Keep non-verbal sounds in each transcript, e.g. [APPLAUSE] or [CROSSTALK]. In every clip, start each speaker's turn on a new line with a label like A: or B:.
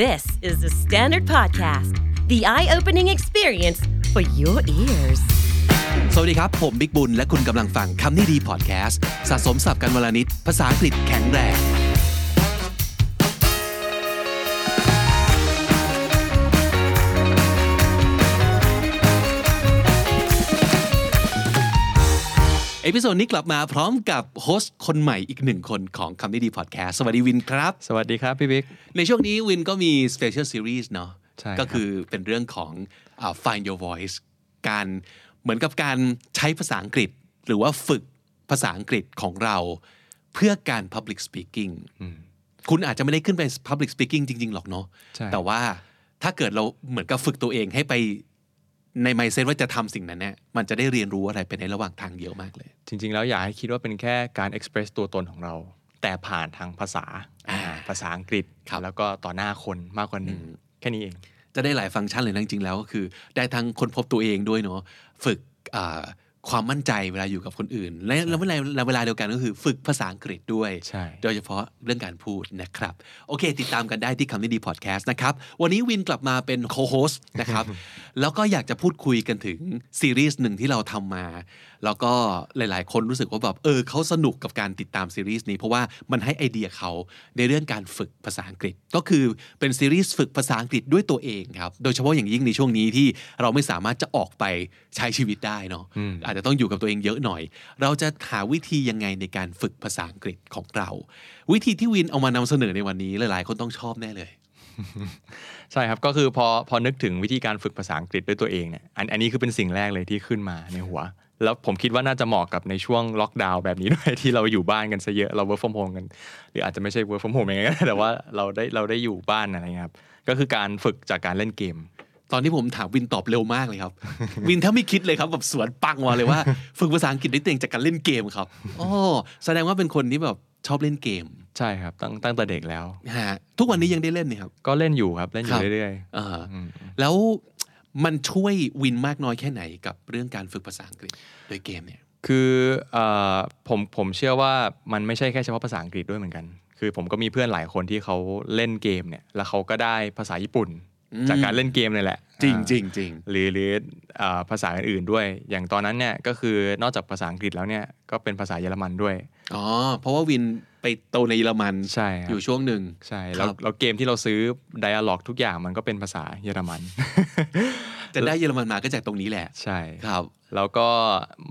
A: This is the Standard Podcast, the eye opening experience for your ears.
B: สวัสดีครับ ผมบิ๊กบุญ และคุณกำลังฟังคำนี้ดีพอดแคสต์สะสมสับกันวลนิด ภาษาอังกฤษแข็งแรง เอพิโซดนี้กลับมาพร้อมกับโฮสต์คนใหม่อีกหนึ่งคนของคำนี้ดีพอดแคสต์สวัสดีวินครับ
C: สวัสดีครับ พี่บิ๊ก
B: ในช่วงนี้วินก็มี Special Series เนาะ
C: ใช่ครับ
B: ก็คือเป็นเรื่องของอ่า Find Your Voice การเหมือนกับการใช้ภาษาอังกฤษ หรือว่าฝึกภาษาอังกฤษของเราเพื่อการ Public Speaking คุณอาจจะไม่ได้ขึ้นไป Public Speaking จริง ๆ หรอกเนาะ
C: ใช่
B: แต่ว่าถ้าเกิดเราเหมือนกับฝึกตัวเองให้ไปใน mindset ว่าจะทำสิ่งนั้นเนี่ยมันจะได้เรียนรู้อะไรไปในระหว่างทางเยอะมากเลย
C: จริง ๆ แล้วอยากให้คิดว่าเป็นแค่การ express ตัวตนของเรา แต่ผ่านทางภาษา
B: อ่า
C: อ่าภาษาอังกฤษ
B: ครับ
C: แล้วก็ต่อหน้าคนมากกว่าหนึ่งแค่นี้เอง
B: จะได้หลายฟังก์ชันเลยนะจริงๆแล้วก็คือ ได้ทั้งคนพบตัวเองด้วยเนาะฝึกอ่าความมั่นใจเวลาอยู่กับคนอื่น และแล้วเวลาเวลาเดียวกันก็คือฝึกภาษาอังกฤษด้วย
C: ใช่
B: โดยเฉพาะเรื่องการพูดนะครับ โอเค ติดตามกันได้ที่คำนี้ดีพอดแคสต์นะครับ วันนี้วินกลับมาเป็นโคโฮสนะครับ แล้วก็อยากจะพูดคุยกันถึงซีรีส์หนึ่งที่เราทำมา แล้วก็หลายๆ คนรู้สึกว่าแบบเออเขาสนุกกับการติดตามซีรีส์นี้ เพราะว่ามันให้ไอเดียเขาในเรื่องการฝึกภาษาอังกฤษ ก็คือเป็นซีรีส์ฝึกภาษาอังกฤษด้วยตัวเองครับ โดยเฉพาะอย่างยิ่งในช่วงนี้ที่เราไม่สามารถจะออกไปใช้ชีวิตได้เนาะ อาจจะต้องอยู่กับตัวเองเยอะหน่อย เราจะหาวิธียังไงในการฝึกภาษาอังกฤษของเรา วิธีที่วินเอามานำเสนอในวันนี้หลายๆ คนต้องชอบแน่เลย
C: ใช่ครับ ก็คือพอพอนึกถึงวิธีการฝึกภาษาอังกฤษด้วยตัวเองเนี่ยอันอันนี้คือเป็นสิ่งแรกเลยที่ขึ้นมาในหัว แล้วผมคิดว่าน่าจะเหมาะกับในช่วงล็อกดาวน์แบบนี้ด้วย [LAUGHS] ที่เราอยู่บ้านกันซะเยอะเรา work from home กัน หรืออาจจะไม่ใช่ work from home อย่างเงี้ยแต่ว่าเราได้เราได้อยู่บ้านอะไรเงี้ยครับก็คือการฝึกจากการเล่นเกม
B: ตอนที่ผมถามวินตอบเร็วมาก [LAUGHS] เลยครับ วินแทบไม่คิดเลยครับแบบสวนปังมาเลยว่า [LAUGHS] ฝึกภาษาอังกฤษด้วยตัวเองจากการเล่นเกมครับอ๋อแสดงว่าเป็นคนที่แบบชอบเล่นเกม
C: ใช่ครับตั้งตั้งแต่เด็กแล้ว
B: ฮะทุกวันนี้ยังได้เล่นนี่ครับ
C: ก็เล่นอยู่ครับเล่นอ
B: ครั
C: ยู่
B: บ
C: เรื่อย
B: เอออแล้วมันช่วยวินมากน้อยแค่ไหนกับเรื่องการฝึกภาษาอังกฤษโดยเกมเนี่ย
C: ๆ คือเอ่อผมผมเชื่อว่ามันไม่ใช่แค่เฉพาะภาษาอังกฤษด้วยเหมือนกัน คือผมก็มีเพื่อนหลายคนที่เขาเล่นเกมเนี่ยแล้วเขาก็ได้ภาษาญี่ปุ่น
B: อืม
C: จากการเล่นเกมเลยแหละ
B: จริง
C: อ่า
B: จริงจริง
C: หรือหรือเอ่อภาษาอื่นๆด้วย อย่างตอนนั้นเนี่ยก็คือนอกจากภาษาอังกฤษแล้วเนี่ยก็เป็นภาษาเยอรมันด้วย
B: อ๋อเพราะว่าวินไปโตในเยอรมัน
C: ใช่ครับ
B: อยู่ช่วงหนึ่ง
C: ใช่แล้ว
B: ครับ
C: แล้วเกมที่เราซื้อ dialog ทุกอย่างมันก็เป็นภาษาเยอรมัน [LAUGHS]
B: จะได้เยอรมันมาก็จากตรงนี้แหละ
C: ใช่
B: ครับ
C: แล้วก็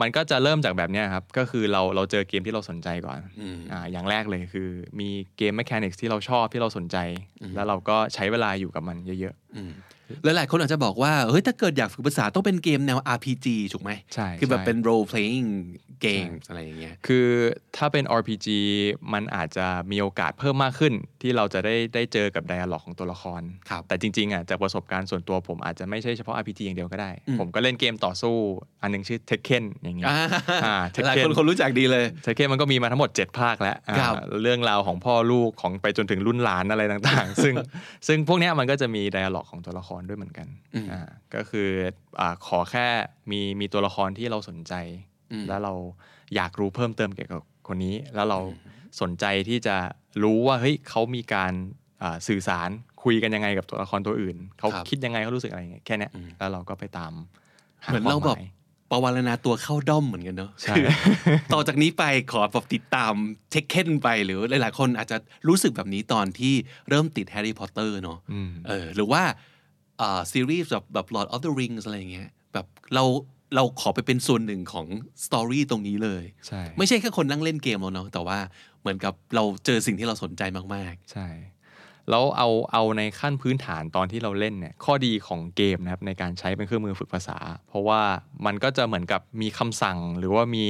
C: มันก็จะเริ่มจากแบบเนี้ยครับ ก็คือเราเราเจอเกมที่เราสนใจก่อน
B: อืม
C: อ่าอย่างแรกเลยคือมีเกม Mechanics ที่เราชอบที่เราสนใจ แล้วเราก็ใช้เวลาอยู่กับมันเยอะ
B: อืมแล้วหลายคนอาจจะบอกว่า เฮ้ย ถ้าเกิดอยากฝึกภาษาต้องเป็นเกมแนว RPG ถูกไหม
C: ใช่
B: คือแบบ
C: ใช่
B: เป็น role playing games อะไรอย่างเงี้ย
C: ๆ คือถ้าเป็น RPG มันอาจจะมีโอกาสเพิ่มมากขึ้น ที่เราจะได้ได้เจอกับไดอะล็อกของตัวละคร
B: ครับ
C: แต่จริงๆอ่ะจากประสบการณ์ส่วนตัวผมอาจจะไม่ใช่เฉพาะ RPG อย่างเดียวก็ได้
B: อืม
C: ผมก็เล่นเกมต่อสู้ อันหนึงชื่อ Tekken อย่างเงี้ย อ่า Tekken
B: [LAUGHS] หลายคนคนรู้จักดีเลย
C: เทคเคนมันก็มีมาทั้งหมด 7 ภาคแล้วอ่า
B: ครับ
C: เรื่องราวของพ่อลูกของไปจนถึงรุ่นหลานอะไรต่างๆ ซึ่งซึ่งพวกเนี้ยมันก็จะมีไดอะล็อกของตัวละครด้วยเหมือนกัน
B: อืม
C: อ่าก็คืออ่าขอแค่มีมีตัวละครที่เราสนใจ
B: อืม
C: แล้วเราอยากรู้เพิ่มเติมเกี่ยวกับคนนี้ แล้วเราสนใจที่จะรู้ว่าเฮ้ยเขามีการอ่าสื่อสารคุยกันยังไงกับตัวละครตัวอื่น เขาคิดยังไงเขารู้สึกอะไรยังไงแค่เนี้ยแล้วเราก็ไปตาม
B: เหมือนเรา
C: ค
B: แบ
C: ว
B: บ
C: หย
B: ประวัลนาตัวเข้าด้อมเหมือนกันเนาะ
C: ใช่
B: คือ [LAUGHS] ต่อจากนี้ไปขอแบบติดตามเทคเคนไปหรือหลายๆ คนอาจจะรู้สึกแบบนี้ตอนที่เริ่มติดแฮร์รี่พอตเตอร์เนาะ
C: อืม
B: เออหรือว่าอ่าซีรีส์แบบแบบ Lord of the Rings อะไรอย่างเงี้ยแบบเราเราขอไปเป็นส่วนหนึ่งของสตอรี่ตรงนี้เลย
C: ใช่
B: ไม่ใช่แค่คนนั่งเล่นเกมแล้วเนาะแต่ว่าเหมือนกับเราเจอสิ่งที่เราสนใจมาก
C: ใช่ แล้วเอาเอาในขั้นพื้นฐานตอนที่เราเล่นเนี่ยข้อดีของเกมนะครับในการใช้เป็นเครื่องมือฝึกภาษา เพราะว่ามันก็จะเหมือนกับมีคำสั่ง หรือว่ามี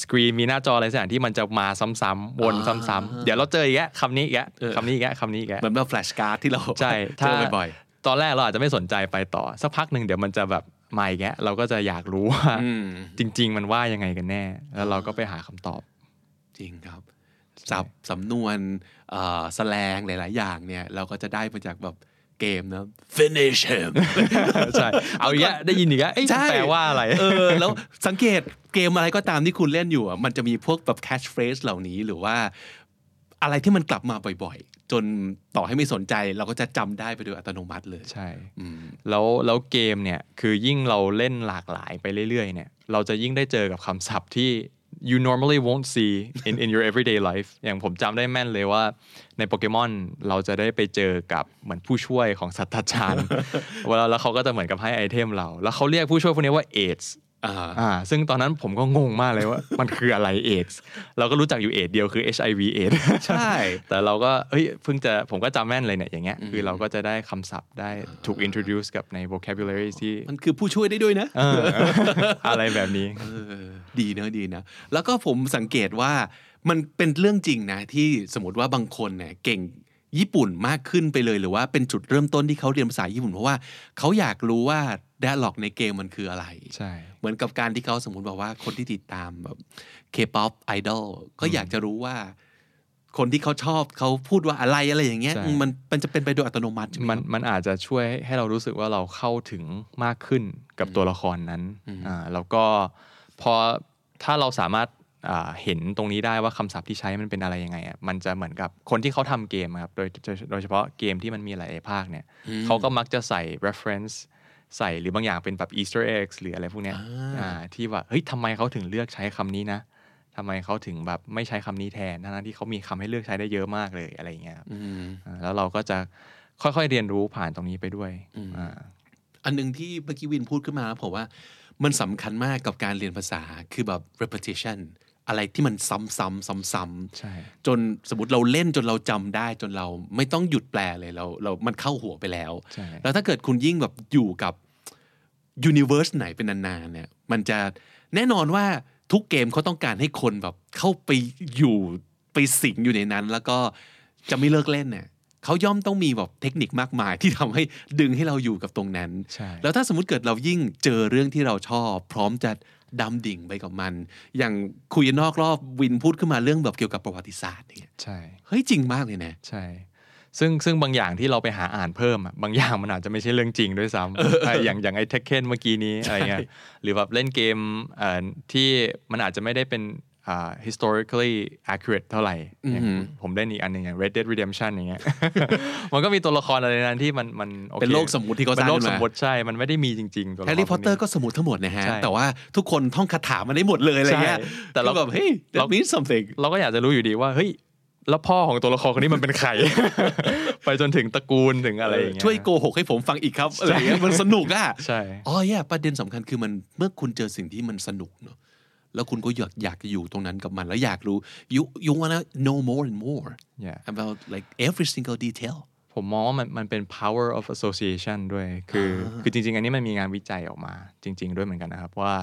C: สกรีนมีหน้าจออะไรสักอย่างที่มันจะมาซ้ำๆวนซ้ำๆเดี๋ยวเราเจออีกแยะคำนี้อีกแยะ
B: เออ
C: คำนี้อีกแยะคำนี้อี
B: ๆ
C: กแยะ
B: เหมือนแบบแฟลชการ์ดที่เรา
C: ใช่
B: เจอบ่อย
C: ตอนแรกเราอาจจะไม่สนใจไปต่อ สักพักหนึ่งเดี๋ยวมันจะแบบมาอีกแยะเราก็จะอยากรู้ว่า
B: อืม
C: จริง ๆ มันว่ายังไงกันแน่ แล้วเราก็ไปหาคำตอบ
B: ๆ จริงครับสับสำนวนเอ่อแสแลงหลาย ๆ อย่างเนี่ย เราก็จะได้มาจากแบบเกมนะ finish him [LAUGHS]
C: ใช่เอาอีกแยะได้ยินอีกแยะเอ้ย
B: ใช่
C: แปลว่าอะไร
B: เออแล้วสังเกตเกมอะไรก็ตามที่คุณเล่นอยู่อะมันจะมีพวกแบบ catchphrase เหล่านี้หรือว่าอะไรที่มันกลับมาบ่อยๆ จนต่อให้ไม่สนใจเราก็จะจำได้ไปโดยอัตโนมัติเลย
C: ใช่
B: อืม
C: แล้วแล้วเกมเนี่ยคือยิ่งเราเล่นหลากหลายไปเรื่อยๆเนี่ยเราจะยิ่งได้เจอกับคำศัพท์ที่ you normally won't see in in your everyday life อย่างผมจำได้แม่นเลยว่าในโปเกมอนเราจะได้ไปเจอกับเหมือนผู้ช่วยของสัตว์ชา
B: [LAUGHS]
C: ญ เวลาแล้วเขาก็จะเหมือนกับให้ไอเทมเรา แล้วเขาเรียกผู้ช่วยพวกนี้ว่า aids
B: อ่า
C: อ่าซึ่งตอนนั้นผมก็งงมากเลยว่า มันคืออะไร aids เราก็รู้จักอยู่ aids เดียวคือ hiv aids
B: ใช่
C: แต่เราก็เฮ้ยเพิ่งจะผมก็จำแม่นเลยเนี่ยอย่างเงี้ยคือเราก็จะได้คำศัพท์ได้ถูก introduce กับใน vocabulary ที่
B: มันคือผู้ช่วยได้ด้วยนะ
C: เออ [LAUGHS] อะไรแบบนี้
B: เออดีเนอะดีนะ แล้วก็ผมสังเกตว่ามันเป็นเรื่องจริงนะ ที่สมมติว่าบางคนเนี่ยเก่งญี่ปุ่นมากขึ้นไปเลยหรือว่าเป็นจุดเริ่มต้นที่เขาเรียนภาษาญี่ปุ่น เพราะว่าเขาอยากรู้ว่าด a ล็อกในเกมมันคืออะไร
C: ใช่
B: เหมือนกับการที่เขาสมมติแบบว่าคนที่ติดตามแบบเคป๊อปไอดอลก็อยากจะรู้ว่า คนที่เขาชอบเขาพูดว่าอะไรอะไรอย่างเงี้ย มันมันจะเป็นไปโดยอัตโนมัติใช่ไหมค
C: มัน
B: รับ
C: มันอาจจะช่วยให้เรารู้สึกว่าเราเข้าถึงมากขึ้นกับตัวละครนั้นอ่าแล้วก็พอถ้าเราสามารถอ่าเห็นตรงนี้ได้ว่าคำศัพท์ที่ใช้มันเป็นอะไรยังไงอ่ะมันจะเหมือนกับคนที่เขาทำเกมอะครับโดยโดยเฉพาะเกมที่มันมีหลายๆภาคเนี่ยเขาก็มักจะใส่ reference ใส่หรือบางอย่างเป็นแบบ Easter eggs หรืออะไรพวกเนี้ยอ่าที่ว่าเฮ้ยทำไมเขาถึงเลือกใช้คำนี้นะทำไมเขาถึงแบบไม่ใช้คำนี้แทนทั้งๆที่เขามีคำให้เลือกใช้ได้เยอะมากเลยอะไรอย่างเงี้ยครับ อ่าแล้วเราก็จะค่อยๆเรียนรู้ผ่านตรงนี้ไปด้วยอ่า
B: อันหนึ่งที่เมื่อกี้วินพูดขึ้นมาแล้วผมว่ามันสำคัญมากกับการเรียนภาษาคือแบบ repetition อะไรที่มันซ้ำๆซ้ำ
C: ใช่
B: ๆจนสมมติเราเล่นจนเราจำได้จนเราไม่ต้องหยุดแปลเลยเราเรามันเข้าหัวไปแล้ว
C: ใช่
B: แล้วถ้าเกิดคุณยิ่งแบบอยู่กับ universe ไหนเป็นนานๆเนี่ยมันจะแน่นอนว่าทุกเกมเขาต้องการให้คนแบบเข้าไปอยู่ไปสิงอยู่ในนั้น แล้วก็จะไม่เลิกเล่นเนี่ยเขาย่อมต้องมีแบบเทคนิคมากมายที่ทำให้ดึงให้เราอยู่กับตรงนั้น
C: ใช่
B: แล้วถ้าสมมติเกิดเรายิ่งเจอเรื่องที่เราชอบ พร้อมจะดำดิ่งไปกับมัน อย่างคุยนอกรอบวินพูดขึ้นมาเรื่องแบบเกี่ยวกับประวัติศาสตร์เนี่ย
C: ใช่
B: เฮ้ยจริงมากเลยนะ
C: ใช่ ซึ่งซึ่งบางอย่างที่เราไปหาอ่านเพิ่มอะบางอย่างมันอาจจะไม่ใช่เรื่องจริงด้วยซ้ำะอย่างอย่างไอ้เทคเคนเมื่อกี้นี้อะไรเงี้ยหรือแบบเล่นเกมเอ่อที่มันอาจจะไม่ได้เป็นอ่า historically accurate เท่าไหร่อย่างผมเล่นอีกอันหนึงอย่าง Red Dead Redemption อย่างเงี้ย [LAUGHS] มันก็มีตัวละครอะไรในนั้นที่มันมันโอค
B: เป็นโลกสมมุติที่เขาสร้าง
C: ป็นโล
B: ขึ้
C: ก
B: นมา
C: สมมติใช่ มันไม่ได้มีจริงๆตัวละคร
B: แฮร์รี่พ
C: พ
B: อ
C: ว
B: ต
C: ก
B: เตอ
C: นี้
B: ร์ก็สมุดทั้งหมดนะฮะ
C: ใช่
B: แต่ว่าทุกคนท่องคาถามันได้หมดเลยอะไรเงี้ย
C: ใช่แต่เรา
B: ก็แบบเฮ้ย that means something
C: เราก็อยากจะรู้อยู่ดีว่าเฮ้ยแล้วพ่อของตัวละครคนนี้มันเป็นใคร [LAUGHS] ไปจนถึงตระกูลถึงอะไรอย่างเงี้ย
B: ช่วยโกหกให้ผมฟังอีกครับอะไรเงี้ยมันสนุกอ่ะ
C: ใช่
B: อ๋อแย่ประเด็นสำคัญคือมันเมื่อคุณเจอสิ่งที่มันสนุกเนอะแล้วคุณก็อยากอยากอยู่ตรงนั้นกับมัน แล้วอยากรู้ you you wanna know more and more
C: Yeah
B: about like every single detail
C: ผมมองว่ามันมันเป็น power of association ด้วย คืออคือจริง ๆ อันนี้มันมีงานวิจัยออกมาจริง ๆ ด้วยเหมือนกันนะครับ ว่า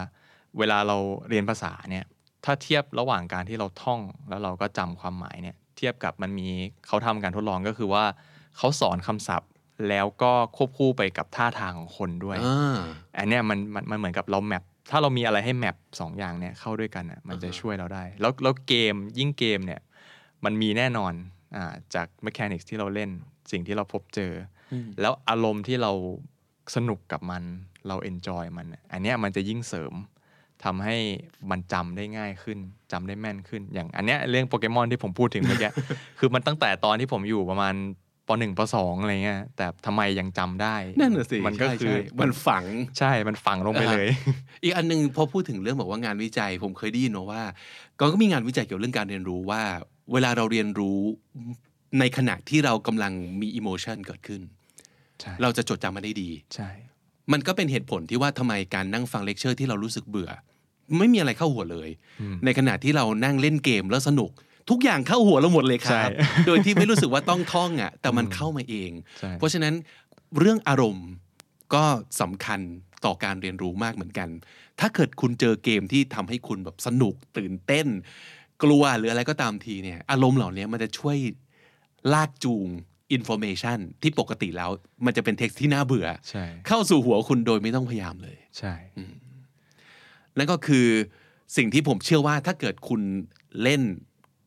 C: เวลาเราเรียนภาษาเนี่ยถ้าเทียบระหว่างการที่เราท่องแล้วเราก็จำความหมายเนี่ยเทียบกับมันมีเขาทำการทดลองก็คือว่าเขาสอนคำศัพท์ แล้วก็ควบคู่ไปกับท่าทางของคนด้วย
B: อ่า
C: อันเนี้ยมันมันมันเหมือนกับเราแมปถ้าเรามีอะไรให้แมปสองอย่างเนี่ยเข้าด้วยกันอ่ะมันจะช่วยเราได้ แล้วแล้วเกมยิ่งเกมเนี่ยมันมีแน่นอนอ่าจาก mechanics ที่เราเล่นสิ่งที่เราพบเจออแล้วอารมณ์ที่เราสนุกกับมันเรา enjoy มันอะอันเนี้ยมันจะยิ่งเสริมทำให้มันจำได้ง่ายขึ้นจำได้แม่นขึ้น อย่างอันเนี้ยเรื่องโปเกมอนที่ผมพูดถึงเมื่อ
B: [LAUGHS]
C: กี้ คือมันตั้งแต่ตอนที่ผมอยู่ประมาณปหนึ่งปสองอะไรเงี้ยแต่ทำไมยังจำได้
B: นั่นน่ะสิ
C: มันก็
B: ใช่
C: คือ
B: ใช่มันฝัง
C: ใช่ มันฝังลงไปเลย
B: อีกอันหนึงพอพูดถึงเรื่องบอกว่างานวิจัย ผมเคยได้ยินมาว่าก็ก็มีงานวิจัยเกี่ยวเรื่องการเรียนรู้ว่า เวลาเราเรียนรู้ในขณะที่เรากำลังมีอิโมชันเกิดขึ้น
C: ใช่
B: เราจะจดจำมันได้ดี
C: ใช่
B: มันก็เป็นเหตุผลที่ว่าทำไมการนั่งฟังเลคเชอร์ที่เรารู้สึกเบื่อ ไม่มีอะไรเข้าหัวเลย ในขณะที่เรานั่งเล่นเกมแล้วสนุก ทุกอย่างเข้าหัวเราหมดเลยค
C: ใช่
B: รับ โดยที่ไม่รู้สึกว่าต้องท่องอ่ะแต่มันเข้ามาเอง
C: ใช่
B: เพราะฉะนั้นเรื่องอารมณ์ก็สำคัญต่อการเรียนรู้มากเหมือนกัน ถ้าเกิดคุณเจอเกมที่ทำให้คุณแบบสนุกตื่นเต้น กลัวหรืออะไรก็ตามทีเนี่ย อารมณ์เหล่านี้มันจะช่วยลากจูงอินโฟเมชันที่ปกติแล้ว มันจะเป็นเท็กซ์ที่น่าเบื่อ
C: ใช่
B: เข้าสู่หัวคุณโดยไม่ต้องพยายามเลย
C: ใช่
B: นั่นก็คือสิ่งที่ผมเชื่อว่าถ้าเกิดคุณเล่น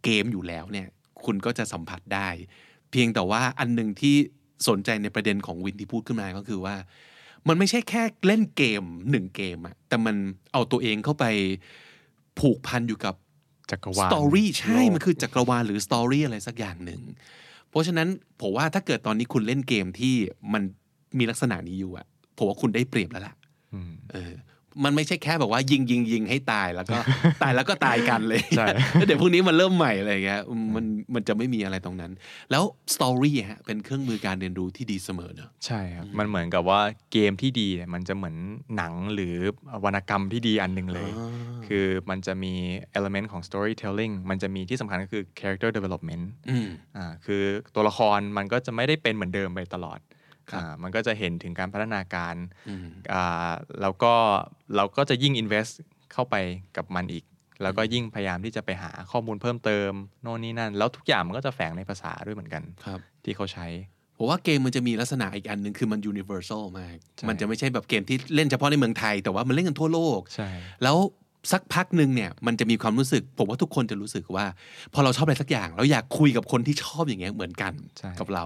B: เกมอยู่แล้วเนี่ย คุณก็จะสัมผัสได้ เพียงแต่ว่าอันหนึ่งที่สนใจในประเด็นของวินที่พูดขึ้นมาก็คือว่า มันไม่ใช่แค่เล่นเกมหนึ่งเกมอะแต่มันเอาตัวเองเข้าไปผูกพันอยู่กับ
C: จักรวาล
B: สตอรี่ใช่
C: โลก
B: มันคือจักรวาลหรือสตอรี่อะไรสักอย่างหนึ่ง เพราะฉะนั้นผมว่าถ้าเกิดตอนนี้คุณเล่นเกมที่มันมีลักษณะนี้อยู่อะผมว่าคุณได้เปรียบแล้วล่ะ
C: อืม
B: เออมันไม่ใช่แค่แบบว่ายิงยิงยิงให้ตาย
C: [LAUGHS]
B: แล้วก็ ตายแล้วก็ตายกันเลย
C: ใช่
B: [LAUGHS] แล้วเดี๋ยวพรุ่งนี้มันเริ่มใหม่อะไรอย่างเงี้ยอืมมันมันจะไม่มีอะไรตรงนั้น แล้วสตอรี่ฮะเป็นเครื่องมือการเรียนรู้ที่ดีเสมอเนอะ
C: ใช่ครับ มันเหมือนกับว่าเกมที่ดีเนี่ยมันจะเหมือนหนังหรือวรรณกรรมที่ดีอันหนึ่งเลย
B: อ่า
C: คือมันจะมี element ของ storytelling มันจะมีที่สำคัญก็คือ character development
B: อืม
C: อ่าคือตัวละครมันก็จะไม่ได้เป็นเหมือนเดิมไปตลอด
B: ครับ
C: อ่ามันก็จะเห็นถึงการพัฒนาการ
B: อืม
C: อ่าแล้วก็เราก็จะยิ่ง invest เข้าไปกับมันอีก แล้วก็ยิ่งพยายามที่จะไปหาข้อมูลเพิ่มเติม โน่นนี่นั่น แล้วทุกอย่างมันก็จะแฝงในภาษาด้วยเหมือนกัน
B: ครับ
C: ที่เขาใช้
B: ผมว่าเกมมันจะมีลักษณะอีกอันหนึ่งคือมัน universal มาก
C: ใช่
B: มันจะไม่ใช่แบบเกมที่เล่นเฉพาะในเมืองไทย แต่ว่ามันเล่นกันทั่วโลก
C: ใช่
B: แล้วสักพักหนึ่งเนี่ยมันจะมีความรู้สึก ผมว่าทุกคนจะรู้สึกว่า พอเราชอบอะไรสักอย่าง เราอยากคุยกับคนที่ชอบอย่างเงี้ยเหมือนกันกับเรา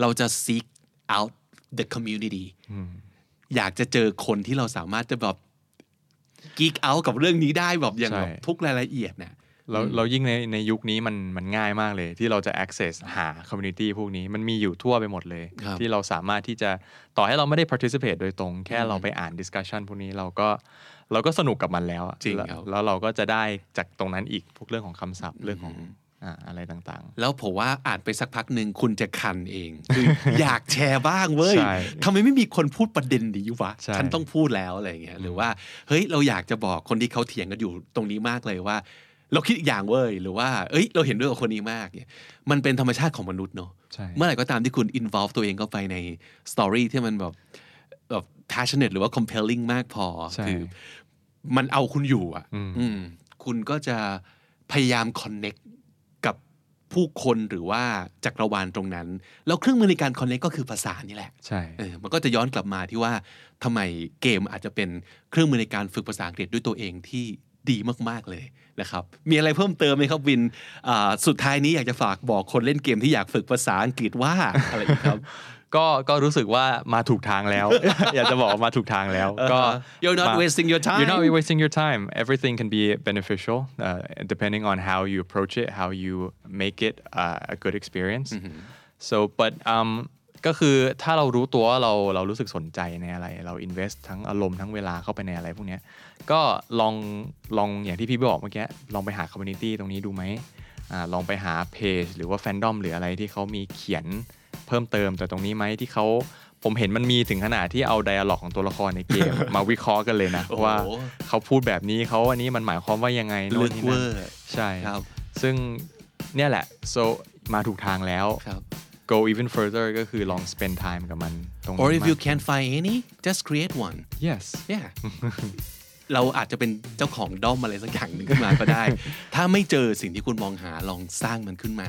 B: เราจะ seek out the community
C: อืม
B: อยากจะเจอคนที่เราสามารถจะแบบกีกเอากับเรื่องนี้ได้แบบอย่าง
C: ใช่
B: แบบทุกรายละเอียดเนี่ย
C: เราเรายิ่งในในยุคนี้มันมันง่ายมากเลย ที่เราจะ access หา community พวกนี้มันมีอยู่ทั่วไปหมดเลย
B: ครับ
C: ที่เราสามารถที่จะต่อให้เราไม่ได้ participate โดยตรง แค่เราไปอ่าน discussion พวกนี้เราก็เราก็สนุกกับมันแล้วอะ
B: จริง
C: แล้ว
B: ครับ
C: แล้วเราก็จะได้จากตรงนั้นอีกพวกเรื่องของคำศัพท์เรื่องของอ่าอะไรต่าง
B: แล้วผมว่าอ่านไปสักพักหนึ่งคุณจะคันเอง
C: [LAUGHS]
B: คือ อยากแชร์บ้างเว้ย
C: ใช่
B: ทำไมไม่มีคนพูดประเด็นนี้วะ
C: ใช่
B: ฉันต้องพูดแล้วอะไรอย่างเงี้ยหรือว่าเฮ้ยเราอยากจะบอกคนที่เขาเถียงกันอยู่ตรงนี้มากเลยว่า เราคิดอีกอย่างเว้ยหรือว่าเอ้ย เราเห็นด้วยกับคนนี้มากเนี่ยมันเป็นธรรมชาติของมนุษย์เนาะ
C: ๆ ใช่
B: เมื่อไหร่ก็ตามที่คุณ involve ตัวเองเข้าไปในสตอรี่ที่มันแบบแบบ passionate หรือว่า compelling มากพอ
C: ใช่
B: คือ มันเอาคุณอยู่อ่ะ
C: อืม
B: อืมคุณก็จะพยายาม connect กับผู้คนหรือว่าจักรวาลตรงนั้น แล้วเครื่องมือในการ connect ก็คือภาษานี่แหละ
C: ใช่
B: เออมันก็จะย้อนกลับมาที่ว่าทำไมเกมอาจจะเป็นเครื่องมือในการฝึกภาษาอังกฤษด้วยตัวเองที่ดีมาก ๆ เลยนะครับ มีอะไรเพิ่มเติมไหมครับวินอ่าสุดท้ายนี้อยากจะฝากบอกคนเล่นเกมที่อยากฝึกภาษาอังกฤษว่าอะไรอีกครับ
C: ก็ก็รู้สึกว่ามาถูกทางแล้ว [LAUGHS] อยากจะบอกว่ามาถูกทางแล้ว [LAUGHS] ก็
B: You're not
C: มา
B: wasting your time
C: You're not wasting your time everything can be beneficial uh, depending on how you approach it how you make it uh, a good experience so but um ก็คือถ้าเรารู้ตัวว่าเราเรารู้สึกสนใจในอะไร เรา invest ทั้งอารมณ์ทั้งเวลาเข้าไปในอะไรพวกเนี้ยก็ลองลองอย่างที่พี่บอกเมื่อกี้ลองไปหา community ตรงนี้ดูไหมอาลองไปหาเพจหรือว่าแฟนดอมหรืออะไรที่เขามีเขียน เพิ่มเติมจากตรงนี้ไหมที่เขาผมเห็นมันมีถึงขนาดที่เอาไดอะล็อกของตัวละครในเกม มาวิเคราะห์กันเลยนะ
B: โอ้โห
C: ว่าเขาพูดแบบนี้เขาอันนี้มันหมายความว่ายังไงโน่น
B: ลึ
C: นี่นั่น
B: กเวอร์
C: ใช่
B: ครับ
C: ซึ่งเนี่ยแหละ so มาถูกทางแล้ว
B: ครับ
C: go even further ก็คือลอง spend time กับมันตรงนี้
B: or if
C: มา
B: you
C: ก
B: can't find any just create one
C: yes
B: yeah [LAUGHS] เราอาจจะเป็นเจ้าของด้อมอะไรสักอย่างหนึ่งขึ้นมาก็ได้ ถ้าไม่เจอสิ่งที่คุณมองหาลองสร้างมันขึ้นมา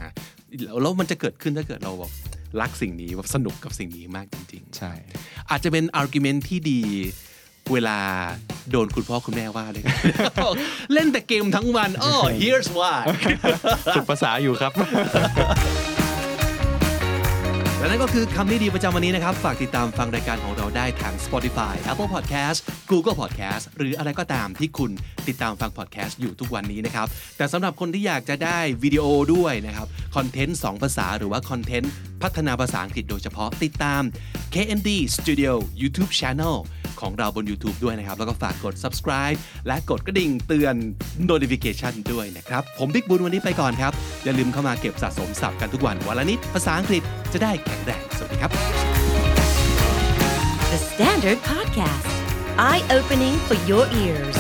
B: แล้วแล้วมันจะเกิดขึ้นถ้าเกิดเราแบบรักสิ่งนี้แบบสนุกกับสิ่งนี้มากจริง
C: ใช่ [LAUGHS]
B: ๆ อาจจะเป็น argument ที่ดีเวลาโดน [LAUGHS] คุณพ่อคุณแม่ว่าเลย เล่นแต่เกมทั้งวันอ้อ here's why
C: ฝึกภาษาอยู่ครับ
B: และนั่นก็คือคำนี้ดีประจำวันนี้นะครับ ฝากติดตามฟังรายการของเราได้ทาง Spotify Apple Podcast Google Podcast หรืออะไรก็ตามที่คุณติดตามฟัง podcast อยู่ทุกวันนี้นะครับ แต่สำหรับคนที่อยากจะได้วิดีโอด้วยนะครับ คอนเทนต์ 2 ภาษาหรือว่าคอนเทนต์พัฒนาภาษาอังกฤษโดยเฉพาะติดตาม KND Studio YouTube Channel ของเราบน YouTube ด้วยนะครับ แล้วก็ฝากกด subscribe และกดกระดิ่งเตือน notification ด้วยนะครับ ผมบิ๊กบุญวันนี้ไปก่อนครับ อย่าลืมเข้ามาเก็บสะสมศัพท์กันทุกวันวันละนิดภาษาอังกฤษจะได้แข็งแรง สวัสดีครับ
A: The Standard Podcast, eye opening for your ears.